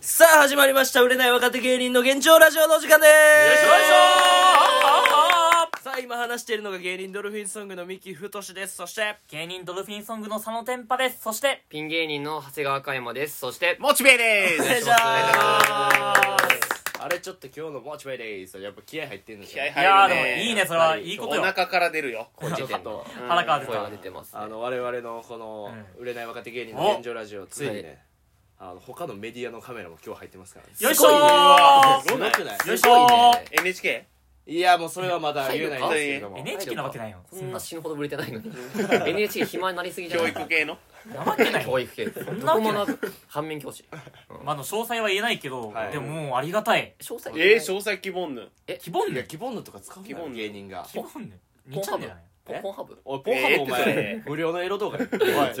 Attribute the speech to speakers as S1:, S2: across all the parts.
S1: さあ始まりました売れない若手芸人の現状ラジオのお時間で
S2: よい
S1: ー
S2: し
S1: す
S2: ょよいし
S1: さあ今話しているのが芸人ドルフィンソングの三木太志ですそして
S3: 芸人ドルフィンソングの佐野天パですそして
S4: ピン芸人の長谷川嘉山です。そして、
S2: モチベで
S1: お願いし
S2: す
S1: ます
S4: あれちょっと今日のモチベです。やっぱ気合入ってるんですよね。
S2: 気
S3: い
S2: 合
S3: やー
S2: 入る
S3: で
S2: ね
S3: もいいねそれはいい
S2: お
S3: ことよ
S2: 腹から出るよ
S4: 声出てんの。
S1: ちょっと
S3: 腹から出た
S4: 声が出てますね。
S1: あの我々のこの売れない若手芸人の現状ラジオついにねあの他のメディアのカメラも今日入ってますからね
S3: よいし
S1: す
S3: ょ
S1: ごいね
S3: ー
S1: すごくない
S3: よいし
S4: すごい
S3: ょ
S4: ね
S2: NHK?
S1: いやもうそれはまだ言えないんですけれども
S3: NHK なわけないよ
S4: こんな死ぬほどぶれてないのに。NHK 暇になりすぎじゃ
S2: 教
S4: ない
S2: 育系の
S3: なわけないよ
S4: 教育系。どこもな反面教師。
S3: まああの詳細は言えないけど
S1: はい
S3: でももうありがたい
S4: 詳細
S2: えー、詳細希望ぬ
S3: 希望
S1: いや
S3: ね
S1: キボンヌとか使う
S2: キボ
S1: な
S2: ンヌ
S1: 芸人が
S3: 希望ね2チャンネルだね
S1: え
S4: ポンハブ
S1: おいポンハブお
S2: え
S1: 前無料のエロ動画や
S4: 違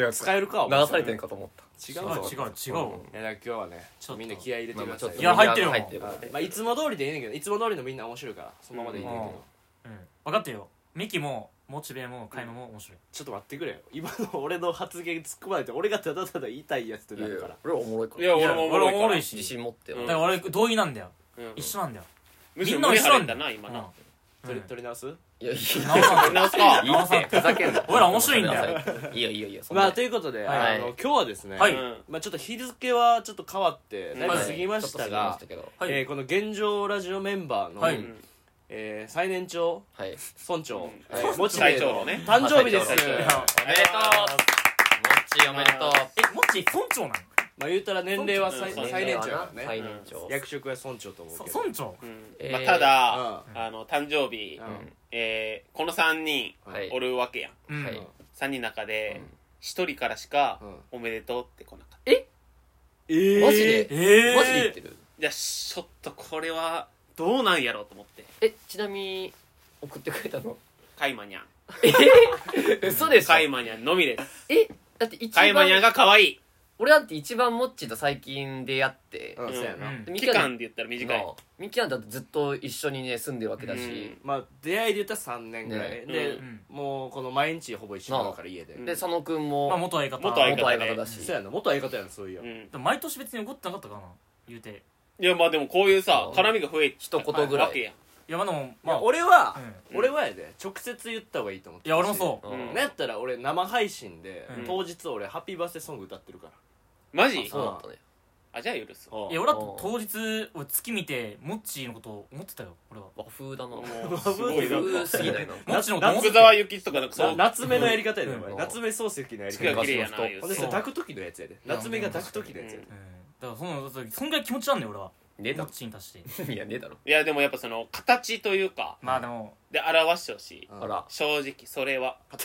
S4: う違 う
S1: 使えるかお前
S4: 流されてるかと思った。
S1: 違
S3: 違
S1: う
S3: う
S1: ぞ
S3: 違う違う
S1: いやだから今日はね
S3: ちょっと
S1: みんな気合い入れてください
S3: いや入ってるよ
S4: 入ってる。
S1: はいまあいつも通りでいいねんけどいつも通りのみんな面白いからそのままでいいねんけ
S3: うん
S1: ど
S3: うん分かってるよミキもモチベもカイマも面白い
S1: ちょっと待ってくれよ今の俺の発言突っ込まれて俺がただただ言いたいやつと
S4: い
S1: な
S4: や
S1: るから
S4: 俺はおもろいか
S2: い
S4: ら。
S2: や俺もおも
S3: 俺
S2: ろい
S3: もお
S2: か
S3: も
S2: ら
S3: ろいし
S4: 自信持ってよ。
S3: だから俺同意なんだよ
S2: うん
S3: 一緒なんだよ
S2: むし
S3: み
S2: ろ
S3: んな
S2: 胸
S3: 一緒
S2: 張
S3: な
S2: れ
S3: んだ
S2: た
S3: よ
S2: な今な
S1: 取り取り直す
S4: いや、いい
S3: 直さん
S2: 直すか
S4: いいって、ふざけんな。
S3: 俺ら面白いんだよ。
S4: いいよいいよいいよ。そん
S1: ま
S4: な
S1: あということで
S3: はい
S1: あの今日はですね
S3: は
S2: う
S3: い
S2: ん
S1: まあちょっと日付はちょっと変わってだいぶ
S3: は
S1: 過ぎましたが
S4: ちょっと過ぎましたけど
S3: はい
S1: えーこの現状ラジオメンバーの
S3: はい
S2: うん
S1: えー最年長
S4: はい。
S1: 村長
S2: はい
S1: モチベ
S2: 最長のね
S1: 誕生日です
S4: はい
S2: 最長
S4: おめでとうもっちーおめでとう
S3: えモチ村長なの
S1: まあ言うたら年齢は最
S2: 村長
S1: 最年長やから
S4: 最
S1: ね
S4: 年長
S1: 役職は村長と思う
S3: そ
S1: けど
S3: 村長
S2: うん
S4: えー
S2: まあただ
S1: う
S2: あの誕生日
S1: うん
S4: うん
S2: えーこの3人
S4: はい
S2: おるわけやん
S3: うん
S4: はい
S2: 3人の中で
S4: うん
S2: 1人からしか
S1: うん
S2: おめでとうってこなかった
S1: え
S4: マジで
S3: ええ
S4: マジで言ってる
S2: いやちょっとこれはどうなんやろうと思って
S4: えちなみに送ってくれた の
S2: カイマニャン
S4: 嘘でしょ
S2: カイマニャンのみです
S4: えだって一
S2: カイマニャン
S4: 番
S2: が可愛い
S4: 俺なんて一番もっちーと最近出会って
S1: うんそうやな
S3: うん
S4: でミキ
S2: 期
S4: アン
S2: 間で言ったら短い
S4: のミキアンだってずっと一緒にね住んでるわけだし
S1: まあ出会いで言ったら3年ぐらい、
S4: ね
S1: で、
S3: うん
S1: もうこの毎日ほぼ一緒だから家で、
S2: うん
S4: で佐野くんも
S3: まあ元相方
S2: 元相
S4: 元
S2: 方
S4: 相
S2: ね
S4: 方だ
S1: そ
S4: し
S1: うやな元相方やんそういうや、、
S2: うんん
S3: でも毎年別に怒ってなかったかな言うて
S2: いやまあでもこういうさ
S4: うん
S2: 絡みが増えて
S4: 一言ぐらい
S2: わけやん
S3: いやまあでも
S1: ま
S3: ま
S1: あ
S3: あ
S1: 俺は、
S2: うん
S1: 俺はやで直接言った方がいいと思って
S3: い
S1: る
S3: や俺もそう
S2: うん
S4: う
S1: な
S4: ん
S1: んやったら俺生配信で、
S3: うん
S1: 当日俺ハッピーバースデーソング歌ってるから、
S2: マジ
S4: そうだったね
S2: あじゃあ許す
S3: いや俺だって当日俺月見てモッチーのことを思ってたよ俺は
S4: 和風だな
S2: も
S4: 和
S2: うすごいな
S4: 風すぎないな
S3: モッチーのこと思っ
S2: 福
S3: てた
S2: 沢
S3: よ
S2: 諭吉とかなんか
S1: そ
S2: そうう
S1: 夏目のやり方やで、お
S3: うん
S1: 前
S4: うん
S1: 夏目漱石のやり
S2: 月が
S1: 方
S2: 綺麗やな
S4: 昔の人
S2: 言
S1: ほん
S2: う
S1: で
S2: て
S1: それ抱く時のやつやで
S3: や
S1: 夏目が抱く時のやつやで
S2: う
S3: うんだからそのそのそんぐらい気持ちなんだよ俺は
S4: ねえ
S3: モ
S4: だ
S3: ッチーに対して
S4: ろいやねえだろ
S2: いやでもやっぱその形というか
S3: まあでも
S2: で表してほしい
S1: うん
S4: あら
S2: 正直それは
S1: 形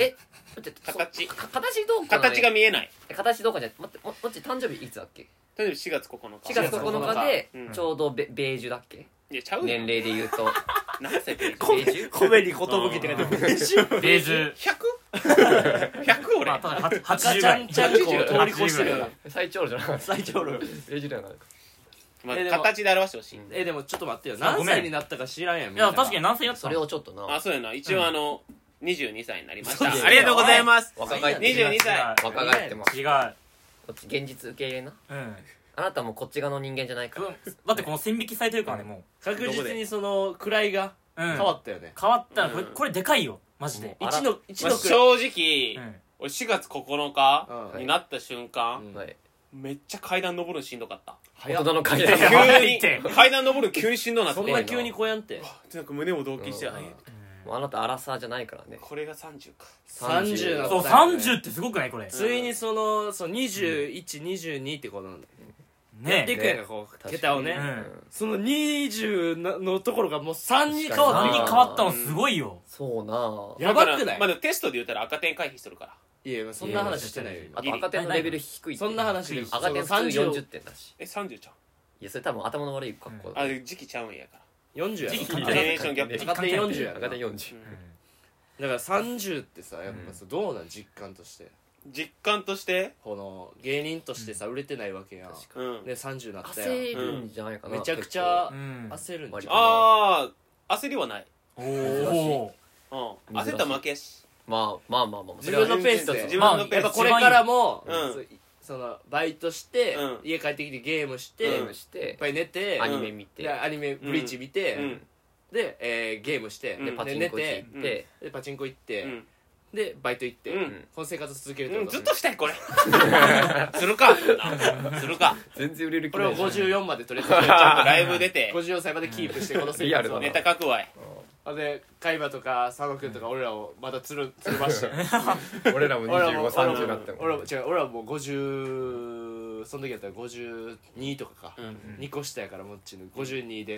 S4: え待って
S2: 形
S4: そうか形どうかな
S2: 形が見えない
S4: 形どうかじゃない待ってももっちー誕生日いつだっけ
S2: 例えば4月9日
S4: 4月9日で
S2: うん
S4: ちょうどベベージュだっけ
S2: いやちゃう
S4: 年
S2: やん
S4: 齢で言うと
S2: 何歳って
S4: こベージュ
S1: 米に寿って書いてあるベージュ
S3: ベージュ
S2: 100?100 俺
S3: まあただは
S1: 赤
S3: 80
S1: ち
S3: ぐ
S1: ゃ
S3: ら
S1: ん
S3: い
S1: ちゃんこを通り越してるから
S4: 最長じゃなかった
S1: 最長老
S4: ベージュではなかっ
S2: まあ
S1: えでも
S2: 形で表してほしい
S1: えでもちょっと待ってよ
S3: あ
S1: 何
S3: ごめん
S1: 歳になったか知らんやん
S3: い
S1: みんな
S3: や確かに何歳や
S4: た
S3: った
S4: それをちょっとな
S2: あそうやな一応あの22歳になりまし
S4: そうですよ
S2: たありがとうございます
S4: 若返っ
S2: 22
S4: てる
S2: 歳
S4: 若返ってます
S3: 違う
S4: こっち現実受け入れな
S3: うん
S4: あなたもこっち側の人間じゃないから
S3: だってこの線引きされてるからねも
S1: 確実にその位が
S3: ううん
S1: 変わったよね、
S3: 変わったらこれ
S2: うん
S3: これでかいよマジで
S4: うん
S1: 一の一
S2: まあ
S1: の
S2: 正
S1: 位、
S2: 直
S3: うん
S2: 俺4月9日
S1: うん
S2: になった瞬間
S1: うん
S4: はい
S2: めっちゃ階段登るのしんどかった
S4: 大人の会
S3: や
S4: 話
S3: ば
S2: 急
S3: い
S2: に
S3: って
S2: 階段登るの急にしんどなって
S1: そんな急にこうやんって
S2: なんか胸も同期して
S4: うん
S2: あ
S4: もうあなたアラサーじゃないからね
S2: これが30か
S1: 30な
S3: そう
S1: の
S3: 30ってすごくないこれ
S1: ついにそのその2122ってこのやっ
S3: ね
S1: ていくやんかこう
S4: ね
S1: 桁をね、
S3: うん
S1: その20なのところがもう3に変わ
S3: 何
S1: って
S4: 確か
S1: い
S3: に変わったのすごいよ
S4: そうなあ
S1: くやばく
S2: だか
S1: な
S2: ら
S1: い、
S2: まあでもテストで言ったら赤点回避するから
S1: いやいやそんな話してないよ今
S4: あと赤点のレベル低いって
S1: そんな話で
S4: 赤点普通
S1: その
S4: 40
S1: 30
S4: 点だし
S2: え30ちゃ
S4: いやそれ多分頭の悪い格好
S2: うあ
S4: だ
S2: 時期ちゃうんやか
S1: 40や
S3: 時期関係
S2: らジェ
S3: な
S2: ネ
S3: い
S2: レーションギャップ
S1: ろ赤点40やな
S4: 赤点40
S2: うん
S1: だから30ってさやっぱさどうなん実感として
S2: 実感として
S1: この芸人としてさ売れてないわけやん
S2: うん
S1: で30なったやん
S4: 稼いるんじゃないかな
S1: めちゃくちゃ
S3: うん
S1: 焦るんじゃん
S2: ああ焦りはない
S3: おお
S2: うん
S4: 珍しい
S2: 焦ったら負けやし
S4: まあまあまあまあ
S1: 自分のペース
S2: 自
S1: で
S2: 分のペ
S1: やっ
S2: ー
S1: ぱ
S2: ス
S1: これからも
S2: うん
S1: そうそのバイトして、
S2: うん
S1: 家帰ってきてゲームし
S4: ゲ
S1: て、い
S4: ーム
S1: っ
S4: して、
S1: ぱい寝て、
S4: アニメ見て、
S1: でアニメ「ブリーチ」見て、
S2: うん
S1: で、えーゲームして、
S2: うん
S4: で
S1: で
S4: パチン
S1: 寝
S4: コ行
S1: て
S4: って、
S1: でパチンコ行って、
S2: うん
S1: でバイト行って、
S2: うん
S1: この生活を続けるってこ
S2: うん
S1: と
S2: ずっとしたいこれするかそんなするか
S4: 全然売れる気
S1: これ
S4: な
S1: を
S4: いじゃん
S1: 54までとりあえず
S2: ちゃんとライブ 出て
S1: 54歳までキープしてこの生
S4: リア
S1: 活
S4: ルだ
S1: を
S4: な
S2: ネタ書くわい
S1: あで海馬とか佐野君とか俺らをまたつるつるまして
S5: 俺らも
S1: 俺らも俺ら
S5: 2530
S1: も
S5: になっても
S1: 俺らも違う俺らもう50その時だったら52とかか、
S2: うん
S1: 2個下やからもっちの52で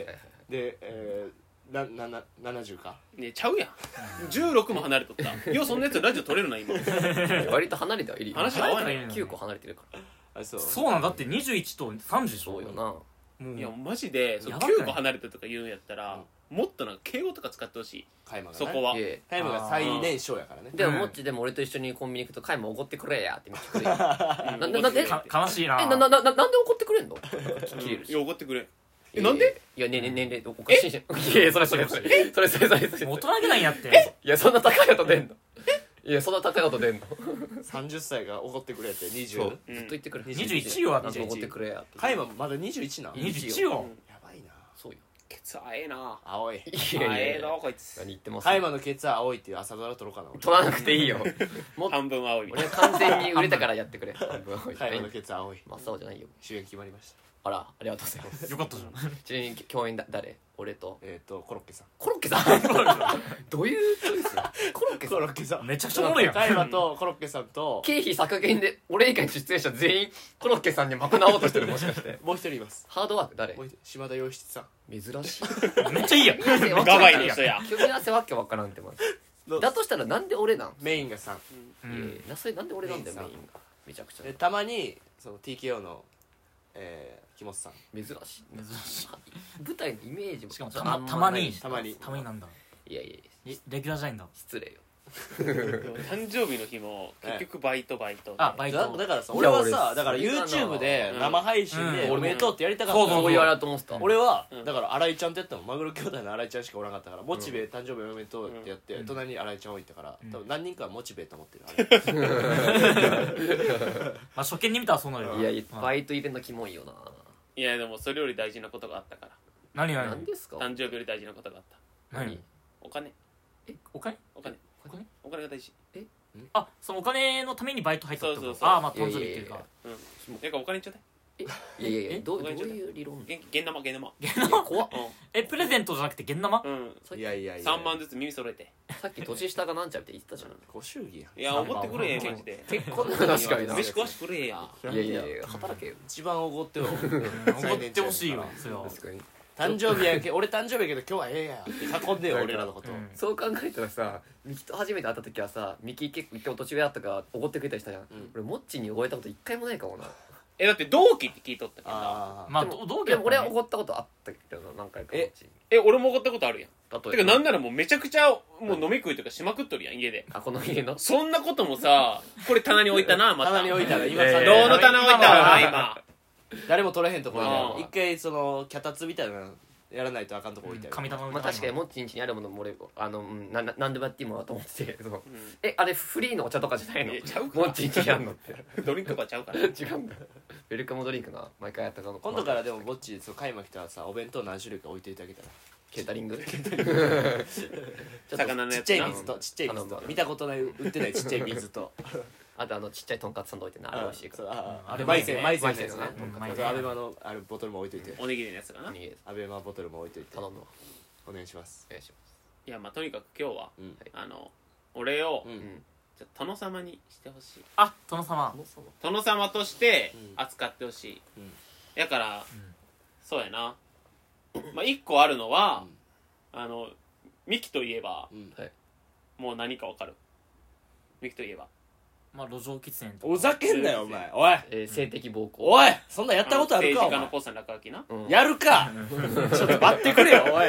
S1: で、えー、ななな70か
S2: ねちゃうやん16も離れとったようそんなやつラジオ撮れるな今
S4: 割と離れてはいるよ
S2: 話合わない
S4: 9個離れてるから
S1: あそう
S3: そうなんだって21と30でしょ
S4: そうよな
S3: もう
S2: いやマジでその
S3: やばくない
S2: 9個離れてとか言うんやったらもっとなんか敬語とか使ってほしい
S1: 海馬が、ね、
S2: そこはい
S4: え
S1: 海馬が最年少やからね
S4: でも
S3: うん
S4: もっちでも俺と一緒にコンビニ行くと「カイもおごってくれや」ってめっちゃくれ る
S2: な
S4: ななんで
S3: か悲しいな
S4: えなななななんで怒ってくれんの切れる
S2: いや怒ってくれえ
S4: い
S2: なんで
S4: いやねね年齢おかしいじゃんいやいやそれそれそれそれそれそれそれ
S3: もう大人げないんやって
S4: いやそんな高い音出んのいやそんな高い音出んの
S1: 30歳が怒ってくれって
S4: そ
S1: 20
S4: うずっと言ってくれ
S3: 21よあ
S4: なん
S3: と
S4: で怒ってくれやって
S1: 海馬まだ21なんや
S3: 21よ
S1: ばいな
S4: そうよ
S2: ケツあええな
S1: 青い
S4: い
S2: あ
S4: やいや
S2: ええ
S4: い
S2: な
S4: や
S2: こいつ
S4: 何言ってます
S1: 海馬のケツは青いっていう朝ドラ撮ろうかな俺
S4: 取らなくていいよ
S2: 半分青いみたい
S4: 俺は完全に売れたからやってくれ半分青い
S1: 海馬のケツは青い
S4: 真っ青じゃないよ
S1: 主演決まりました
S4: あらありがとうございます
S3: よかったじゃん
S4: ちなみに共演だ誰俺と
S1: えっ、とコロッケさん
S4: コロッケさんどういうチョイス コロッケさん
S1: コロッケさん
S3: めちゃくちゃおもろいやん
S1: 海馬とコロッケさんと
S4: 経費削減で俺以外の出演者全員コロッケさんに賄おうとしてるもしかして
S1: もう一人います
S4: ハードワーク誰
S1: もう一人島田洋七さん
S4: 珍しい
S3: めっちゃいいやん
S2: なガバイの人や
S4: 組み合わせわけわからんってまずだとしたらなんで俺なん
S1: メインが3
S3: う
S4: いやい
S3: ん
S4: やなそれなんで俺なんだよ
S1: メ
S4: メ
S1: イン
S4: イ
S1: さん
S4: ンがめちゃくちゃ
S1: でたまにその TKO の、えー、木本さん
S4: 珍しい
S3: 珍し
S4: 舞台のイメージも
S3: しかも
S4: あ
S3: た
S4: ん
S3: ま
S4: な
S3: たま
S4: い
S3: に
S1: たまに
S3: たまになんだ
S4: いやいやいや
S3: えレギュラーじゃないんだ
S4: 失礼よ
S2: 誕生日の日も結局バイトバイトで
S3: あバイ
S1: だ
S3: ト
S1: だからさ
S4: いや
S1: 俺は
S4: 俺
S1: さだから
S4: それがな
S1: YouTube で
S2: うん
S1: 生配信で
S3: うん
S1: おめでとうってやりたかっ
S3: そ
S1: た
S3: うそ
S1: の
S3: うそう
S4: そう言われると思ってた
S1: 俺は
S2: うん
S1: だから新井ちゃんってやったのマグロ兄弟の新井ちゃんしかおらなかったからモチベ誕生日おめでとうってやって
S3: うん
S1: 隣に新井ちゃん置いたから
S3: うん
S1: 多分何人かはモチベと思ってるあれ
S3: まあ初見に見たらそうなるよ
S4: いやいや
S3: まあ
S4: バイトイベントキモいよ
S2: いやでもそれより大事なことがあったから
S3: 何
S4: な
S3: 何
S4: 何ですか
S2: 誕生日より大事なことがあった
S3: 何
S2: お金
S4: え
S3: お金
S2: お金
S4: お金
S2: お金が大事
S3: あそのお金のためにバイト入ったってこと
S2: そうそうそう
S3: ああまあ誕生日っていうか
S2: うんなんかお金ちょうだい
S4: いやいやいや
S3: え
S4: どう
S2: お
S4: どう
S2: 金ちょうだい
S4: いう理論
S2: 現現生現生
S4: 怖っ
S3: えプレゼントじゃなくて現生
S2: うん、うん、
S4: さっ
S1: い
S4: き
S1: やいやいや
S2: 3万ずつ耳揃えて
S4: さっき年下がなんちゃうって言ってたじゃん
S1: ご祝儀や
S2: いや怒ってくれマジで
S4: 結婚の確かにな
S2: 飯食わしてくれや
S4: いやいやいや働けよ
S1: 一番おごってよ
S3: 怒ってほしいわそれは
S4: 確かに
S1: 誕生日やけ俺誕生日やけど今日はええやんって囲んでよ俺らのことを
S3: うん
S4: そう考えたらさミキと初めて会った時はさミキ結構一回お年上だったから怒ってくれたりしたじゃん、
S1: ん
S4: 俺モッチーに怒られたこと一回もないかもな
S2: えだって同期って聞いとったけどな
S1: ああ
S3: まあ
S4: で
S3: ど
S4: も
S3: 同期
S4: で
S3: だっ
S4: も
S3: た
S4: 俺
S3: ら
S4: は
S3: ね
S4: 怒ったことあったけどな何回かモ
S1: え
S4: ッチーに
S2: え俺も怒ったことあるやん
S4: 例え
S2: てか
S4: ば
S2: なんならもうめちゃくちゃもう飲み食いとかしまくっとるやん家で
S4: あこの家の
S2: そんなこともさこれ棚に置いたなまた
S1: 棚に置いたら今
S3: え
S1: さ
S3: ー
S2: どうの棚置いたわな今
S1: 誰も取れへんところ
S2: う
S1: で
S2: ん
S1: 一回その脚立みたいなのやらないとあかんとこ置いてある
S3: 神頼み
S4: まあ確かに
S3: も
S4: モッチーん家にあるものも俺あのうんなな何でもやっていいものだと思っててその
S2: うん
S4: えあれフリーのお茶とかじゃないの
S2: いやちゃうか
S4: モッチーん家にあんのって
S2: ドリンクとかちゃうか ら
S4: 違うんだウェルカムドリンクな毎回やったかの
S1: 今度からでもぼっちそう買いま来たらさお弁当何種類か置いといてあげたら
S4: ケータリング ちょっと
S2: 魚の
S1: ち
S2: や
S1: っちゃ
S2: つ
S1: い
S2: な
S1: 水とちっちゃい水
S4: 頼
S1: と
S4: む
S1: 見たことない売ってないちっちゃい水と
S4: あとあのちっちゃいとんかつサンド置いてなあれ美味しいか
S1: そう
S4: ら
S1: あああ
S3: あれ
S1: れマイセンマイセンのやつ
S4: マイ
S1: ね
S4: セン
S3: のね
S1: あとアベマのあれボトルも置いといて
S2: おにぎりのやつかな
S4: 逃げ
S1: アベマボトルも置いといて
S4: 頼むわ
S1: お願いします
S4: お願いします
S2: いやまあとにかく今日は
S1: うん
S2: あの俺を
S1: う
S4: うんん
S2: ちょっと殿様にしてほしい
S3: あ殿様
S2: 殿様として
S1: うん
S2: 扱ってほしい、
S1: うん
S2: やから、
S3: ん
S2: そうやなまあ一個あるのは
S1: う、ん
S2: あのミキといえば
S1: うん
S2: もう何かわかるミキといえば
S3: まあ路上喫煙とか
S1: おざけんなよお前おい
S4: えー性的暴行
S1: おいそんなんやったことある
S2: の
S1: かお
S2: 政治家の
S1: 前
S2: ポスターの落書きな
S4: うん
S1: やるかちょっと待ってくれよおい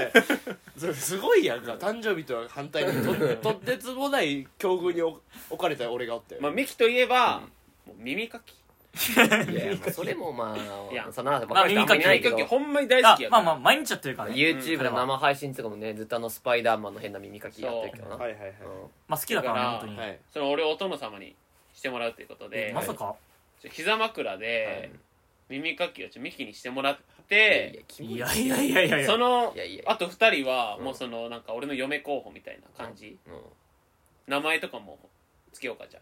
S1: それすごいやんか誕生日とは反対にとと てつもない境遇に置置かれた俺がおったよ
S2: まあミキといえば、もう耳かき
S4: いやいやまあそれもまあ
S2: いや
S4: さなばっかり
S3: まあ耳かき
S4: じゃない
S2: 耳
S4: け
S2: か
S4: ど
S2: きほんまに大好
S3: あ
S2: きやか
S3: ま
S2: ら
S3: あまあ毎日やってるからね
S4: YouTube の生配信とかもねずっとあのスパイダーマンの変な耳かきやってるけどな
S1: はいはいはい
S4: うん
S3: まあ好きだからね
S2: だから
S3: 本当に
S1: はい
S2: その俺をお殿様にしてもらうということで、
S3: まさか
S2: ちょ膝枕
S4: はい
S2: で耳かきをちょミキにしてもらっ
S4: い
S2: て
S4: やキモい
S3: いやいやいやいやいや
S2: その
S4: いやいや
S2: あと2人は
S4: うん
S2: もうそのなんか俺の嫁候補みたいな感じ
S4: う
S2: 名前とかもつけようかじゃ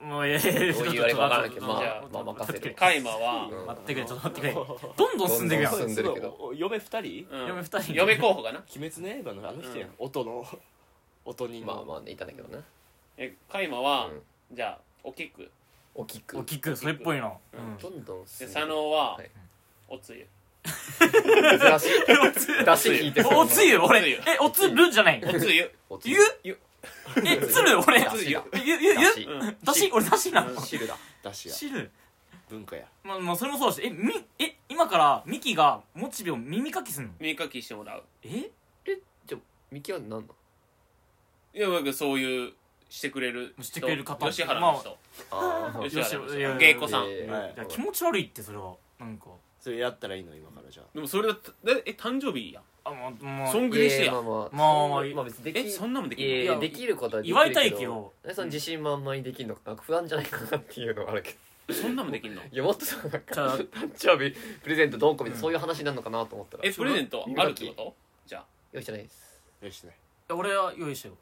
S3: もういやいやいや
S4: どういう
S3: ちょっと
S4: あれかわからんけど
S3: ちょっと
S2: まあ
S3: ちょっと
S4: まあ任せる
S3: ちょっと待
S2: あカイマは
S4: ん
S3: ってくれちょっと待ってくれどんどん進んでいくやん
S4: どんどん進んでるけど
S1: そうお嫁二人
S2: うん
S3: 嫁二人
S2: 嫁候補かな
S1: 鬼滅の刃のあの人やん
S2: う
S1: 音の音に
S4: まあまあねいたんだけどね
S2: えカイマは
S4: うん
S2: じゃあおきく
S4: おきく
S3: おきくそれっぽいな
S2: う
S4: どんどん
S2: で
S4: 進んで
S2: 佐野は
S4: はい
S2: おつゆ
S4: 珍しい
S3: おつゆ
S4: 出し引いて
S3: おおつゆ
S2: おつ
S3: 俺
S2: ゆ
S3: えおつるじゃない
S2: おつゆ
S4: おつ
S3: ゆ
S4: ゆ
S2: ゆ
S3: えつる俺
S4: だしだ
S3: ゆゆゆ
S4: だし
S2: うん
S3: だし俺だしな
S2: うん
S4: 汁だ
S1: 出しや
S3: 汁
S1: 文化や
S3: まあまあそれもそうだしえみえ今からミキがモチベを耳かきすんの
S2: 耳かきしてもらう
S3: え
S4: ミキは何なの
S2: いや僕そういうしてくれる人
S3: してくれる方
S2: 吉原の人
S4: あー
S2: 吉原の
S3: いやいやい
S2: 人
S3: や
S2: 芸妓さん
S4: えー
S1: はい
S3: いや気持ち悪いってそれはなんか
S1: それやったらいいの今からじゃあ
S2: でもそれはええ誕生日やん
S3: あまあまあ
S2: そんぐらいしてや
S4: まあまあ
S3: まあまあ
S4: まあ別にでき
S2: えそんなもんでき
S4: いやい
S2: る
S4: やできることはできる
S3: 祝いたいけど
S4: 何その自信満々にできるのかなんか不安じゃないかなっていうのはあるけど
S2: そんなもんできんの
S4: いやもっとさなんか
S3: じゃあ
S4: 誕生日プレゼントどんこみたいなそういう話になるのかなと思ったら
S2: えプレゼントあるってことじゃあ
S4: よしじゃないです
S1: よしね
S3: 俺は用意したよ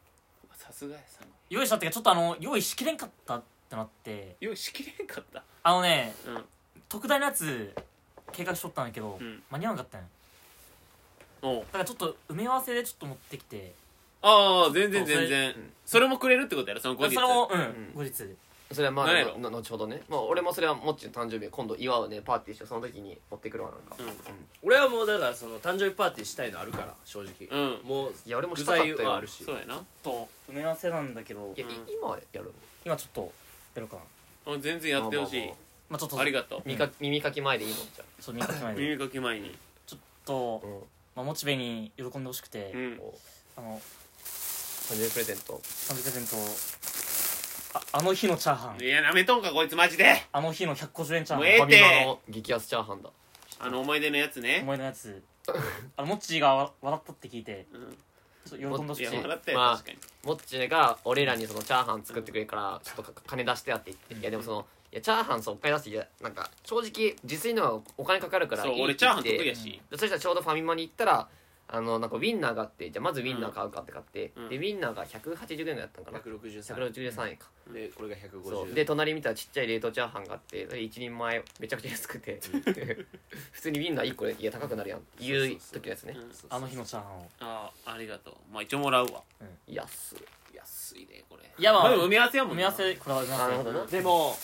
S2: さすがやさん
S3: 用意したっていうかちょっとあの用意しきれんかったってなって
S2: 用意しきれんかった
S3: あのね
S2: うん
S3: 特大のやつ計画しとったんだけど、
S2: うん
S3: 間に合わなかったんよ
S2: おう
S3: だからちょっと埋め合わせでちょっと持ってきて
S2: ああ全然
S3: そうそれ
S2: 全然
S4: うん
S2: それもくれるってことやろその後日
S3: それもうん、
S4: ん
S3: 後日
S4: それはまあ
S2: 何やろ
S4: の後ほどねまあ俺もそれはもっちの誕生日今度祝うねパーティーしてその時に持ってくるわなんか
S2: うん
S1: 俺はもうだからその誕生日パーティーしたいのあるから正直
S2: うん
S1: もう
S4: いや俺も
S1: 具
S4: したかった
S1: 材
S4: よ
S1: はあるし
S2: そうやな
S3: ちょっと埋め合わせなんだけど
S4: いやい
S2: うん
S4: 今やる
S3: 今ちょっとやるかな
S2: あ全然やってほしい
S4: まあまあ
S3: まあちょっと
S2: ありがとう
S4: 耳か耳かき前でいいのじゃ
S3: そう見かけないで
S2: 耳かき前に
S3: ちょっと
S4: あ、、うん、
S3: まあ、モチベに喜んでほしくて、
S2: うん
S4: お
S3: あの
S4: 誕生日プレゼント
S3: 誕生日プレゼントああの日のチャーハン
S2: いやなめとんかこいつマジで
S3: あの日の150円チャー
S2: もうええ
S3: ハ
S4: フ
S2: っ
S4: ァ
S2: て
S4: ミマの激安チャーハンだ
S2: あの思い出のやつ
S3: ン
S2: ね
S3: 思い出のやつあのモッチーがわ笑ったって聞いて
S2: うん
S3: ちょっと喜んでほ
S2: い
S3: し
S2: や
S3: くて
S2: 笑ったよ
S4: まあ
S2: 確かに
S4: もっちが俺らにそのチャーハン作ってくれるからちょっとか金出してやって言って、いやでもそのいやチャーハンそうお金出していやなんか正直自炊のはお金かかるからいいう
S2: そ
S4: って言
S2: 俺
S4: っ
S2: チ
S4: て
S2: ャーハン得意やし
S4: でそしたらちょうどファミマに行ったらあのなんかウィンナーがあってじゃあまずウィンナー買うかって買って、
S2: うん
S4: でウィンナーが180円ぐらいだったのかな
S1: 163
S4: 163円か、
S1: でこれが
S4: そう
S1: 150
S4: で隣見たらちっちゃい冷凍チャーハンがあってそれ一人前めちゃくちゃ安くて 普通にウィンナー1個でいや高くなるやんっていう時のやつね
S2: うん
S3: あの日のチャーハンを
S2: あありがとうまあ一応もらうわ
S4: 安
S2: 安いねこれ
S3: いやまあ
S2: でも埋め合わせやもん
S3: 埋
S2: な
S3: め合わせこれは埋め合
S4: なる
S3: わ
S4: ほどな
S1: でも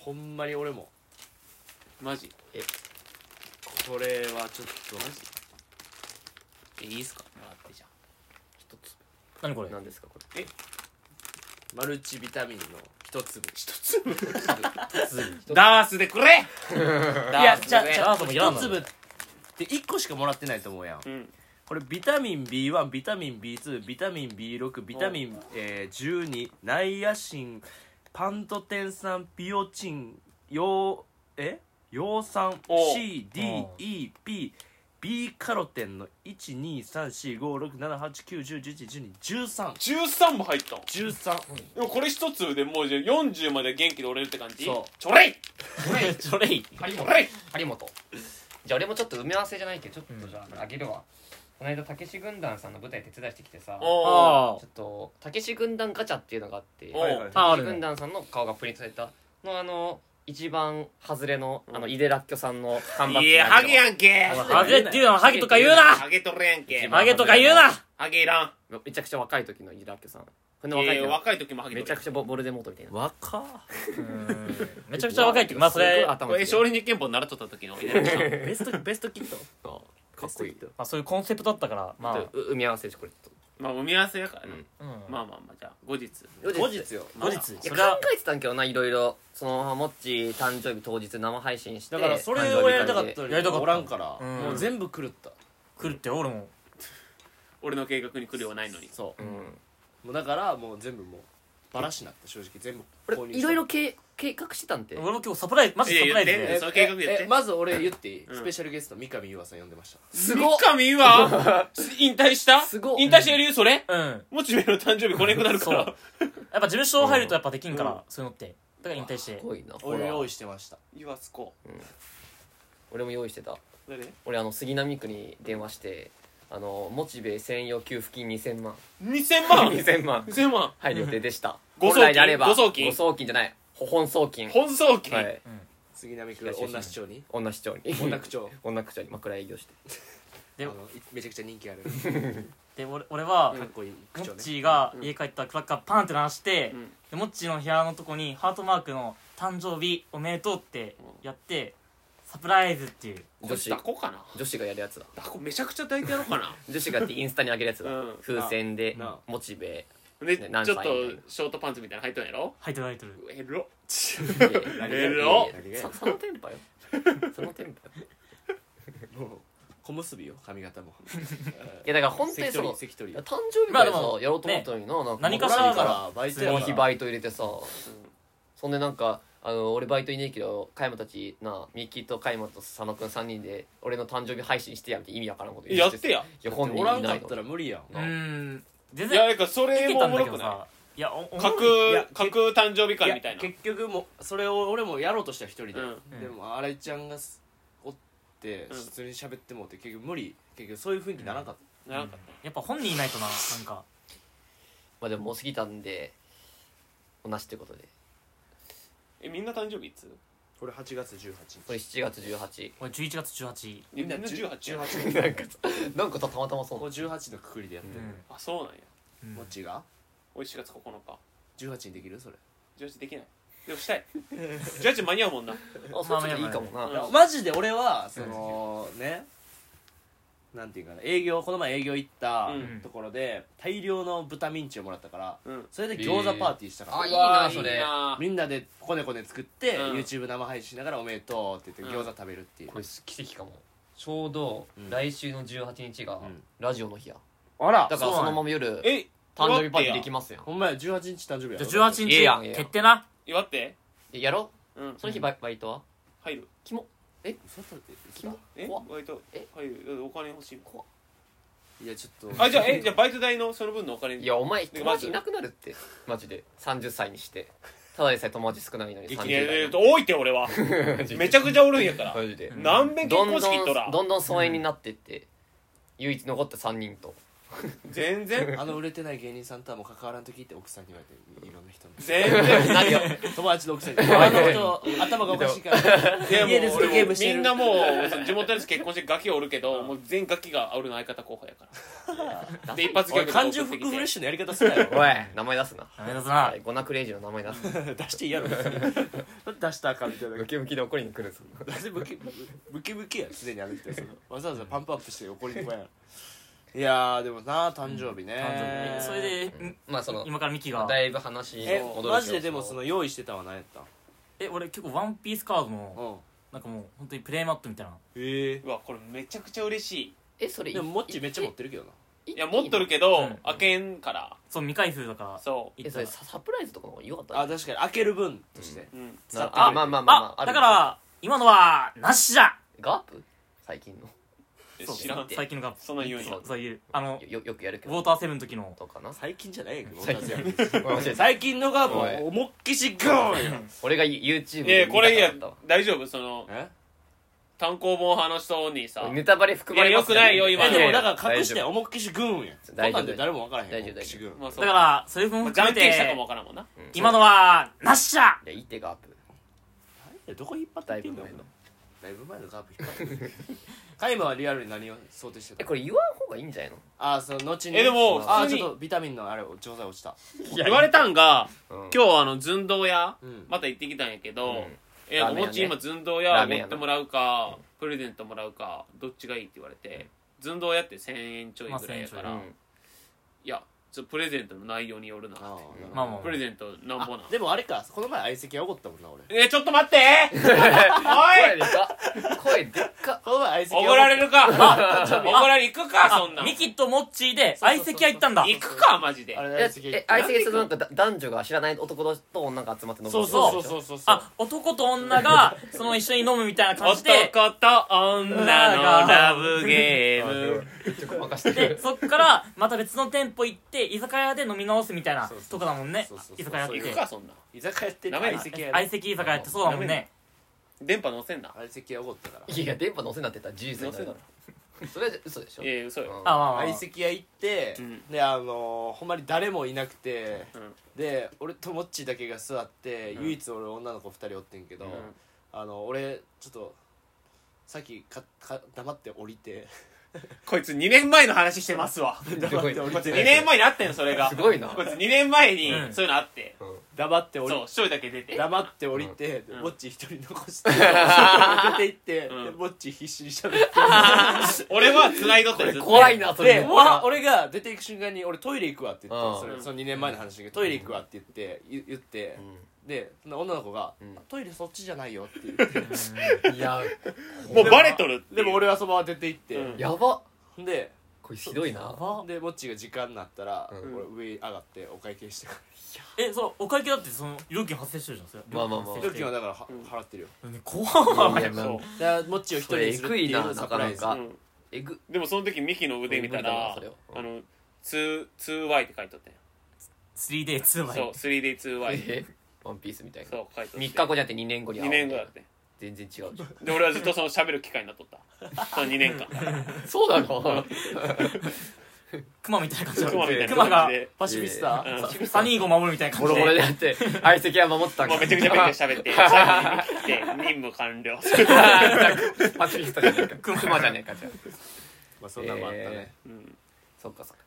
S1: ほんまに俺も
S2: マジ
S1: これはちょっと
S2: えいいっすかもらってじゃん
S4: 一つ
S3: せ何これ
S4: 何ですかこ
S1: マルチビタミンの一粒一粒
S4: れ一つ
S2: ダースで くれ
S3: いや
S2: ダース
S3: じゃあ
S2: で
S3: じゃあもういらん
S1: 一
S3: の
S1: 粒って一個しかもらってないと思うやん
S2: うん
S1: これビタミン B1 ビタミン B2 ビタミン B6 ビタミン、えー12ナイアシンパントテン酸ピオチンヨウえ葉酸
S2: お
S1: CDEP B カロテンの1234567891011121313
S2: 13も入ったんでもこれ一つでもうじゃあ40まで元気で折れるって感じ
S1: そう
S2: ちょれい
S3: それいい
S2: ちょれい
S4: 張本じゃあ俺もちょっと埋め合わせじゃないけどちょっとじゃああげるわ、この間たけし軍団さんの舞台手伝いしてきてさちょ
S2: おー
S3: ああ
S4: っとたけし軍団ガチャっていうのがあって
S2: おう
S4: た
S3: あ
S4: け
S3: る
S4: し
S3: ね
S4: 軍団さんの顔がプリントされたのあの一番外れのあの井出らっきょさんの看板
S2: いやハゲ
S4: ん
S2: やんけ
S3: ハゲっていうのはハゲとか言うな
S2: ハゲとれやんけ
S4: 一番
S3: ハゲとか言うな
S2: ハゲいらん
S4: めちゃくちゃ若い時の井出らっきょさんこんな若い
S2: え
S4: 時
S2: ー
S4: の
S2: 若い時もハゲ
S4: め
S2: と
S4: ちゃ
S2: れ
S4: くちゃボボルデモートみたいな
S1: 若
S3: うんめちゃくちゃ若いっていうかまあそれ
S4: すごい
S3: ま
S4: 頭
S2: こ
S4: い
S2: れ
S4: い
S2: 少林寺拳法習っとった時の井上さん
S1: ベストベストキット
S4: かっこいいちょ
S3: あそういうコンセプトだったからま
S4: っ
S3: あ
S4: とう埋め合わせでしょこれちょっ
S2: まあ埋め合わせやからな
S3: う
S4: うん
S3: ん
S2: まあまあまあじゃあ後日
S4: と
S1: 後日よ
S2: まあ
S3: 後日
S4: いや
S3: そ
S4: 考
S3: れは
S4: えてたんけどないろいろそのもっち誕生日当日生配信して
S1: だからそれをやりたかったのに
S3: やりたかった
S1: おらんから、
S3: うん
S1: もう全部狂った
S3: 来るって俺も
S2: 俺の計画に来るようないのに
S1: そううんもうだからもう全部もうバラしなった正直全部購
S4: 俺
S1: 入した
S4: いろいろ計計画してたんて
S3: 俺も今日サプライズマジサプライズ
S2: いやいや
S3: で
S2: その計画言って
S1: ええまず俺言っていい、
S2: うん
S1: スペシャルゲスト三上優愛さん呼んでました
S4: す
S2: 三上は引退した
S4: すごっ
S2: 引退した理由それ
S3: うん
S2: モチベの誕生日来なくなるか
S3: そう
S2: ら
S3: やっぱ事務所入るとやっぱできんから、そういうのってだから引退して
S4: 濃いなほ
S1: 俺
S4: ら
S1: 用意してました
S2: 岩津子
S4: 俺も用意してた
S2: 誰
S4: 俺あの杉並区に電話してあのモチベ専用給付金2000万
S2: ?2000 万
S4: 2000万
S2: 2000万
S4: 入る予定でした
S2: 誤送金
S4: 本来であれば
S2: 誤送金
S4: 誤送金じゃないほ本送金
S2: 本送金、
S4: はい
S1: 杉並区女市長に
S4: 女市長に
S1: 女区長
S4: 女区長に枕営業して
S1: あ
S3: で
S1: のいめちゃくちゃ人気ある
S3: で俺俺は
S1: かっこいい
S3: モ
S1: 区長
S3: ッ
S1: ね
S3: チーが家帰ったらクラッカーパンって鳴らして、
S2: うん
S3: でモッチーの部屋のとこにハートマークの「誕生日おめでとう」ってやってサプライズっていう
S2: こ
S4: 女
S2: いつ
S4: 子
S2: ダコかな
S4: 女子がやるやつだ
S2: ダコめちゃくちゃ抱いてやろうかな
S4: 女子がやってインスタに上げるやつだ、
S2: うん
S4: 風船で
S1: なあ
S4: モチベ
S2: で
S4: ね何
S2: ちょ
S4: 歳
S2: っとショートパンツみたいなの入っとんやろ
S3: 入ってる入ってる
S2: エロ
S4: エ
S2: エロ
S4: そそのテンパよそのテンパよ
S1: もう小結びよ髪型も
S4: いやだから本当
S1: 関
S4: にそ
S1: 取
S4: の
S1: 関取
S4: 誕生日から
S3: まあで
S4: さ
S3: も
S4: やろうと思ったのにななん
S3: 何かしら
S4: おから
S1: バイト
S4: コ
S1: や
S4: ー
S1: か
S4: ヒー
S1: ら
S4: バイト入れてさ、そんでなんかあの俺バイトいねえけど加山たちなミキと加山と佐野くん3人で俺の誕生日配信してやるって意味わからんこと
S2: やって
S4: い
S2: や
S4: や本人
S1: おら
S4: い
S1: ん
S4: な
S1: か
S4: い
S1: った
S4: の
S1: ら無理やん
S3: うーん全
S2: いや
S3: 然
S2: なんかそ
S3: い
S2: れ
S3: け
S2: も
S3: た
S2: お
S3: ん
S2: も
S3: だけ
S2: ろく
S3: ど
S2: な
S3: さいやおお
S2: い
S3: も
S2: 架
S3: ろい
S1: いや
S2: 空
S1: け
S2: 架空誕生日会みた
S1: や
S2: いな
S1: 結局もうそれを俺もやろうとした一人で、
S2: うん
S1: でも新井ちゃんがすおって
S2: うん
S1: 普通に喋ってもって結局無理結局そういう雰囲気ならなかっ
S2: ならんかっ
S3: やっぱ本人いないとななんか
S4: まあでももう過ぎたんで同じということで
S2: たえみんな誕生日いつ
S1: た、これ8月18
S4: これ7月18
S3: 俺11月18
S1: みんな
S2: みんな18
S1: 18
S4: なんかなんかたまたまそう
S1: こ
S4: な
S1: う18のくくりでやってる、
S3: う
S2: あそうなんや
S3: ん
S1: もっちが
S2: おい4月9日
S1: 18にできるそれ、
S2: 18できないでもした い18間に合うもんな
S4: あそうちょっといいかもな、
S2: うん
S1: いやマジで俺はそのねなんていうかな営業この前営業行った
S2: うん
S1: ところで大量の豚ミンチをもらったから
S2: うん
S1: それで餃子パーティーしたから、
S4: あいい
S2: わ
S4: な
S2: あ
S4: それ
S2: な
S1: みんなでこねこね作って、
S2: うん
S1: YouTube 生配信しながら「おめでとう」って言って餃子食べるっていう、
S4: これ奇跡かもちょうど
S1: うん
S4: 来週の18日が
S1: うん
S4: ラジオの日や、
S1: あら
S4: だからそのまま夜
S2: え
S4: 誕生日パーティーできますやん
S1: ほんまや18日誕生日やろ
S3: じゃあ18
S4: いいやん
S3: 日
S4: いいやん
S3: 決定な
S2: 祝って
S4: えやろ
S2: うん
S4: うその日バイバイトは
S2: 入る
S1: 外で
S4: キモ
S2: え
S4: 怖っ
S2: バイト
S4: え
S2: 入るお金欲しい
S4: 怖っ
S1: いやちょっと
S2: あじゃ あえじゃあバイト代のその分のお金
S4: いやお前
S2: で
S4: 友達いなくなるってマジで30歳にしてただでさえ友達少ないのに
S1: 激
S2: いやいやいや
S4: 30
S2: 多いって俺は
S4: 代
S2: めちゃくちゃおるん やから
S4: マジで
S3: ん
S2: 何べん結
S4: どんど
S2: 婚
S4: ん
S2: 式行っとら
S4: どんどん疎遠になってって唯一残った3人と
S2: 全 然
S1: あの売れてない芸人さんとはもう関わらんときって奥さんに言われていろんな人の
S2: 全然
S4: 何を
S1: 友達の奥さんに「あの人頭がおかしいから
S2: いやもう
S1: 家です
S2: 俺
S1: げ
S2: も
S1: ゲームして
S2: みん
S1: る
S2: なもうその地元のやつ結婚してガキおるけどもう全員ガキが俺の相方後輩やからで一発ギ
S1: お
S2: ャ
S1: い
S2: グ
S1: 感情フックフレッシュのやり方すなよ
S4: おい名前出すな
S3: ダメだぞ
S4: は
S3: ない
S4: ゴナクレイジーの名前出す な
S1: 出していいやろ別に出したらあかんみたいな
S4: ムキムキで怒りに来るぞ
S1: だってムキムキムキやすでにある人そのわざわざパンプアップして怒りに来やんいやーでもな誕生日ね
S3: 誕生日それでん
S4: まあその
S3: 今からミキが
S4: だいぶ話
S1: え
S4: 戻るけど
S1: マジででもその用意してたんは何やったん
S3: え俺結構ワンピースカードの
S1: うん
S3: なんかもう本当にプレイマットみたいな
S1: ええ
S2: うわこれめちゃくちゃ嬉し
S4: えそれ
S1: でもモッチーめっちゃ持ってるけどない
S2: いいや持っとるけ
S3: う
S2: ど
S3: ん
S2: 開けんから
S3: そう未開封だから
S2: そ
S4: え
S3: 行っ
S4: そ
S3: た
S4: れ
S3: ら
S4: ササプライズとかの方が良かった
S1: あ確かに開ける分として、
S2: ううん
S4: な
S1: 使ってくれて
S4: あまあまあまあ、ま
S3: あ
S4: あ、
S3: だから今のはなしじゃ
S4: るガープ最近の
S2: え
S3: そう
S2: 知らん
S4: て
S3: 最近のが
S2: そんなん言うんや
S3: そうそういうあの
S4: よよくやるけ
S3: ウ
S4: ど
S3: ォーターセブンの時の
S4: とかな
S1: 最近じゃないやけど
S4: 最近
S1: 俺最近のガーブは
S4: おい
S1: 思いっきしゴーンよ
S4: 俺が YouTube
S2: い
S4: で
S2: やこれいや
S4: 見たかっ
S2: 大丈夫その
S1: え
S2: 単行本派の人にさ
S4: たわネタバレ含まれます
S2: いやよくないよ今
S1: え
S2: の
S1: でも
S4: いや
S1: だから隠して
S4: 大丈夫
S1: 思いっきしグーンやん
S4: 大丈夫
S1: こんなんで誰も分からへん
S4: 大丈夫
S1: 思いっきしグーン
S2: まあそ
S3: だ
S2: う
S3: か
S2: ま
S3: らそういう分
S2: あ
S3: も
S2: じゃ
S3: 含
S2: ん
S3: め
S2: けんしたかもわ
S3: て
S2: からんもんな
S3: 今のはなしじゃ
S4: いやいいってガープ
S1: えどこ引っ張って
S4: だい
S1: って
S4: ぶ
S1: んの
S4: 前の
S1: だいぶ前のガーブ引っ張ってるカイマはリアルに何を想定して
S4: え
S1: た
S4: これ言わん方がいいんじゃない
S1: ああその後に
S2: えでも
S1: あ
S2: 普
S1: あ
S2: 通
S1: ち
S2: に
S1: ょっとビタミンのあれ錠剤落ちた
S2: 言われたんが
S4: の、うん、
S2: 今日あの寸胴屋
S1: うん
S2: また行ってきたんやけ
S4: う
S2: ど
S4: ん
S2: え
S4: ラー
S2: お
S4: メン屋ね
S2: もち今寸胴
S4: ラ
S2: 屋
S4: ーメン
S2: 持
S4: 屋な
S2: ってもらうかプレゼントもらうかどっちがいいって言われて寸胴屋って1000円ちょいぐらいやか
S3: ま
S2: ら
S3: あ1000円ちょい
S4: うん
S2: いやちょっとプレゼントの内容によるな
S1: ああなるほど
S3: まあまあ
S2: プレゼントなんぼな
S1: あでもあれかこの前相席は怒ったもんな俺
S2: えちょっと待って お
S4: 声
S2: い
S4: でかっ声でっかっ
S1: この前相席
S2: 怒られ
S1: る
S2: るか 怒られる行くかそんな
S3: あ
S2: ん
S3: ミ
S2: 行
S3: キとモッチーで相席屋行ったんだ
S2: くかマジで
S1: あれ相
S4: え
S1: 席
S4: え
S1: あ
S4: 相席するなんかだ男女が知らない男と女が集まって飲む
S1: そうそうそう
S4: う
S1: そうそうそう
S3: あ男と女がその一緒に飲むみたいな感じで
S2: 男と女のラブゲーム
S4: 任せて
S3: でそっからまた別の店舗行って居酒屋で飲み直すみたいな
S1: そうそう
S3: とこだもんね
S1: そうそうそう
S3: 居酒屋って
S2: 行くかそんな
S1: 居酒屋って
S2: ダメだ
S1: 相席屋
S3: 相席居酒屋ってそうだもんね
S2: 電波乗せんな
S1: 相席屋ごったから
S4: いやいや電波乗せなってたら事実
S2: 乗
S4: にな
S2: せ
S4: る
S2: な
S4: それは嘘でしょ
S2: いやいや嘘よ
S4: うん
S3: あまあまあ
S1: 相席屋行って、
S2: うん
S1: であのーほんまに誰もいなくて、
S2: うん
S1: で俺ともっちだけが座って、
S2: うん
S1: 唯一俺女の子2人おってんけど、
S4: うん
S1: あの俺ちょっとさっきかか黙って降りて
S2: こいつ2年前の話してますわ
S4: すごいな
S1: 黙って
S2: こ
S1: 降
S2: い
S1: り
S2: つ
S1: て
S2: 2年前にあってんそれが
S4: すごいな
S2: こいつ2年前に
S3: うん
S2: そういうのあって
S1: 黙って降
S2: そう
S1: り
S2: 一人だけ出 て
S1: 黙って降りて、
S2: うん
S1: もっち一人残して出て行って、
S2: うん
S1: でもっち必死にしゃべって
S2: 俺は繋いどったよずっと
S4: 怖いなそれ
S1: で俺俺が出て行く瞬間に俺トイレ行くわって言っ
S4: うん
S1: てそれその2年前の話だけどトイレ行くわって言って言言ってでその女の子が
S4: うん
S1: 「トイレそっちじゃないよ」って言って
S4: うんいや
S2: もうバレとるっていう
S1: でも俺はそのまま出て行って
S2: うん
S4: やば
S1: で
S4: これひどいな
S1: でモッチーが時間になったら
S4: うん
S1: 俺上上がってお会計して
S3: えそうお会計だってその料金発生してるじゃんそれ
S4: まあまあまあ
S1: 料金はだ
S3: だ
S1: からは
S2: うん
S1: 払ってるよ
S3: 怖っ
S4: いや
S2: そ
S4: な
S2: うん
S1: だからモッチーを一人にするってい
S4: それエグ
S1: う
S4: いな
S1: サプライズ
S4: なかなか
S2: うん
S4: えぐ
S2: でもその時ミキの腕見たら
S4: それを
S2: あの 2- 2Y って書いとったよ
S3: 3day2 枚
S2: そう 3D2Y
S4: えワンピースみたいな
S2: そう書いとって
S4: 3日後じゃなくて2年後に会お
S2: 2
S4: う
S2: 年後だって
S4: 全然違うじゃん
S2: で俺はずっとその喋る機会になっとったその2年間
S4: そうなの
S3: クマみたいな感じだ
S2: クマみたいな
S3: 熊が
S2: 感じで
S1: パシフィスタ
S2: うん
S3: サニーゴ守るみたいな
S4: ボ
S3: 感じ
S4: ロボロ
S3: で
S4: でやって相席は守ってたん
S2: も
S4: か
S2: うめちゃくちゃめちゃ喋って最後にミキ来て任務完了
S4: パシフィスタじゃねえかクマじゃねえかじゃあ
S1: まあそんなのもあったね
S2: うん
S4: そっかそっか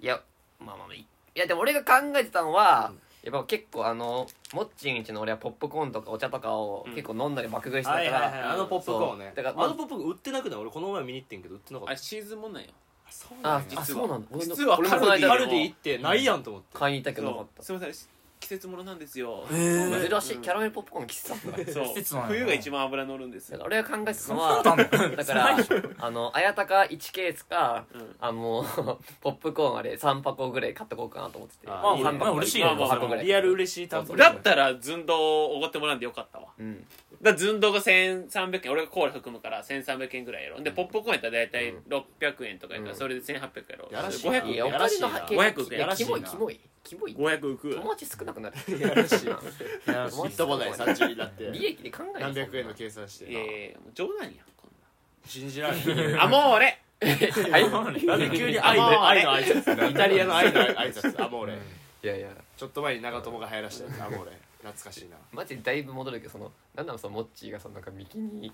S4: いやまあまあまあいいいやでも俺が考えてたのは、やっぱ結構あのもっちんちの俺はポップコーンとかお茶とかを結構飲んだり爆食いしてたか
S1: はい
S4: ら、
S1: はいはいあのポップコーン
S4: そ
S1: ね
S4: うだ
S1: あ
S4: からまあ
S1: のポップコーン売ってなくない俺この前見に行ってんけど売ってなか
S2: あ
S1: っ
S2: れシーズンもんなんよ
S1: たそう
S4: あ
S2: 実は
S4: あそうなんだ俺の
S2: 実は
S4: 俺も
S1: カ
S4: この
S1: ルディ
S4: 間
S1: カルディ行ってないやんと思って
S4: 買いに行ったけどなか
S2: そ
S4: っ
S2: うすいません季節ものなんですよ
S4: た珍しい
S2: うん
S4: キャラメルポップコーン喫茶なんだ
S2: そう
S3: 季節なのよ
S2: 冬が一番脂乗るんです
S4: だ
S2: よ
S4: から俺が考えてた
S3: そ
S4: のは
S3: うなの
S4: だからあの綾鷹1ケースか
S2: うん
S4: あの ポップコーンあれ3箱ぐらい買っとこうかなと思ってて
S1: あ
S3: まあ
S4: 三
S3: まあ嬉しい
S2: まあ
S3: よ
S2: まあ
S4: 5箱ぐらい
S1: リアル嬉しい担当
S4: そう
S2: だったら寸胴をおごってもらうんでよかったわ
S4: うん
S2: だから寸胴が1300円俺がコーラ含むから1300円ぐらいやろでポップコーンやったら大体600円とかやから
S4: うん
S2: それで1800円やろ
S1: やらしい
S2: 500
S1: な
S2: 円
S4: いやお
S1: やら
S4: 金
S1: しい
S4: の
S1: な
S4: 波形
S2: 500億円
S4: いやキモい
S1: やらしい
S4: キ
S1: な
S4: モいキモい
S2: 500浮く
S4: 友達少なくなる
S1: いやらしいな行
S4: 友
S1: っ
S4: 達少
S1: たこと
S4: な
S1: ない
S4: くな
S1: 30になって
S4: る 利益で考え
S1: 何百円の計算し
S2: いやい
S1: て
S2: やいやもう冗談やんこ
S1: 信じられ
S2: ん
S1: な
S2: なあもう俺
S4: 算はい
S1: い急に
S2: あ
S1: 愛
S2: もう
S1: の
S2: あれ
S1: 愛の挨 拶イタリアの愛の挨拶アモーレ
S4: いやいや
S1: ちょっと前に長友が流行らしたやつアモーレ懐かしいな
S4: マジでだいぶ戻るけどそのなんなのそのモッチーがそのなんか右に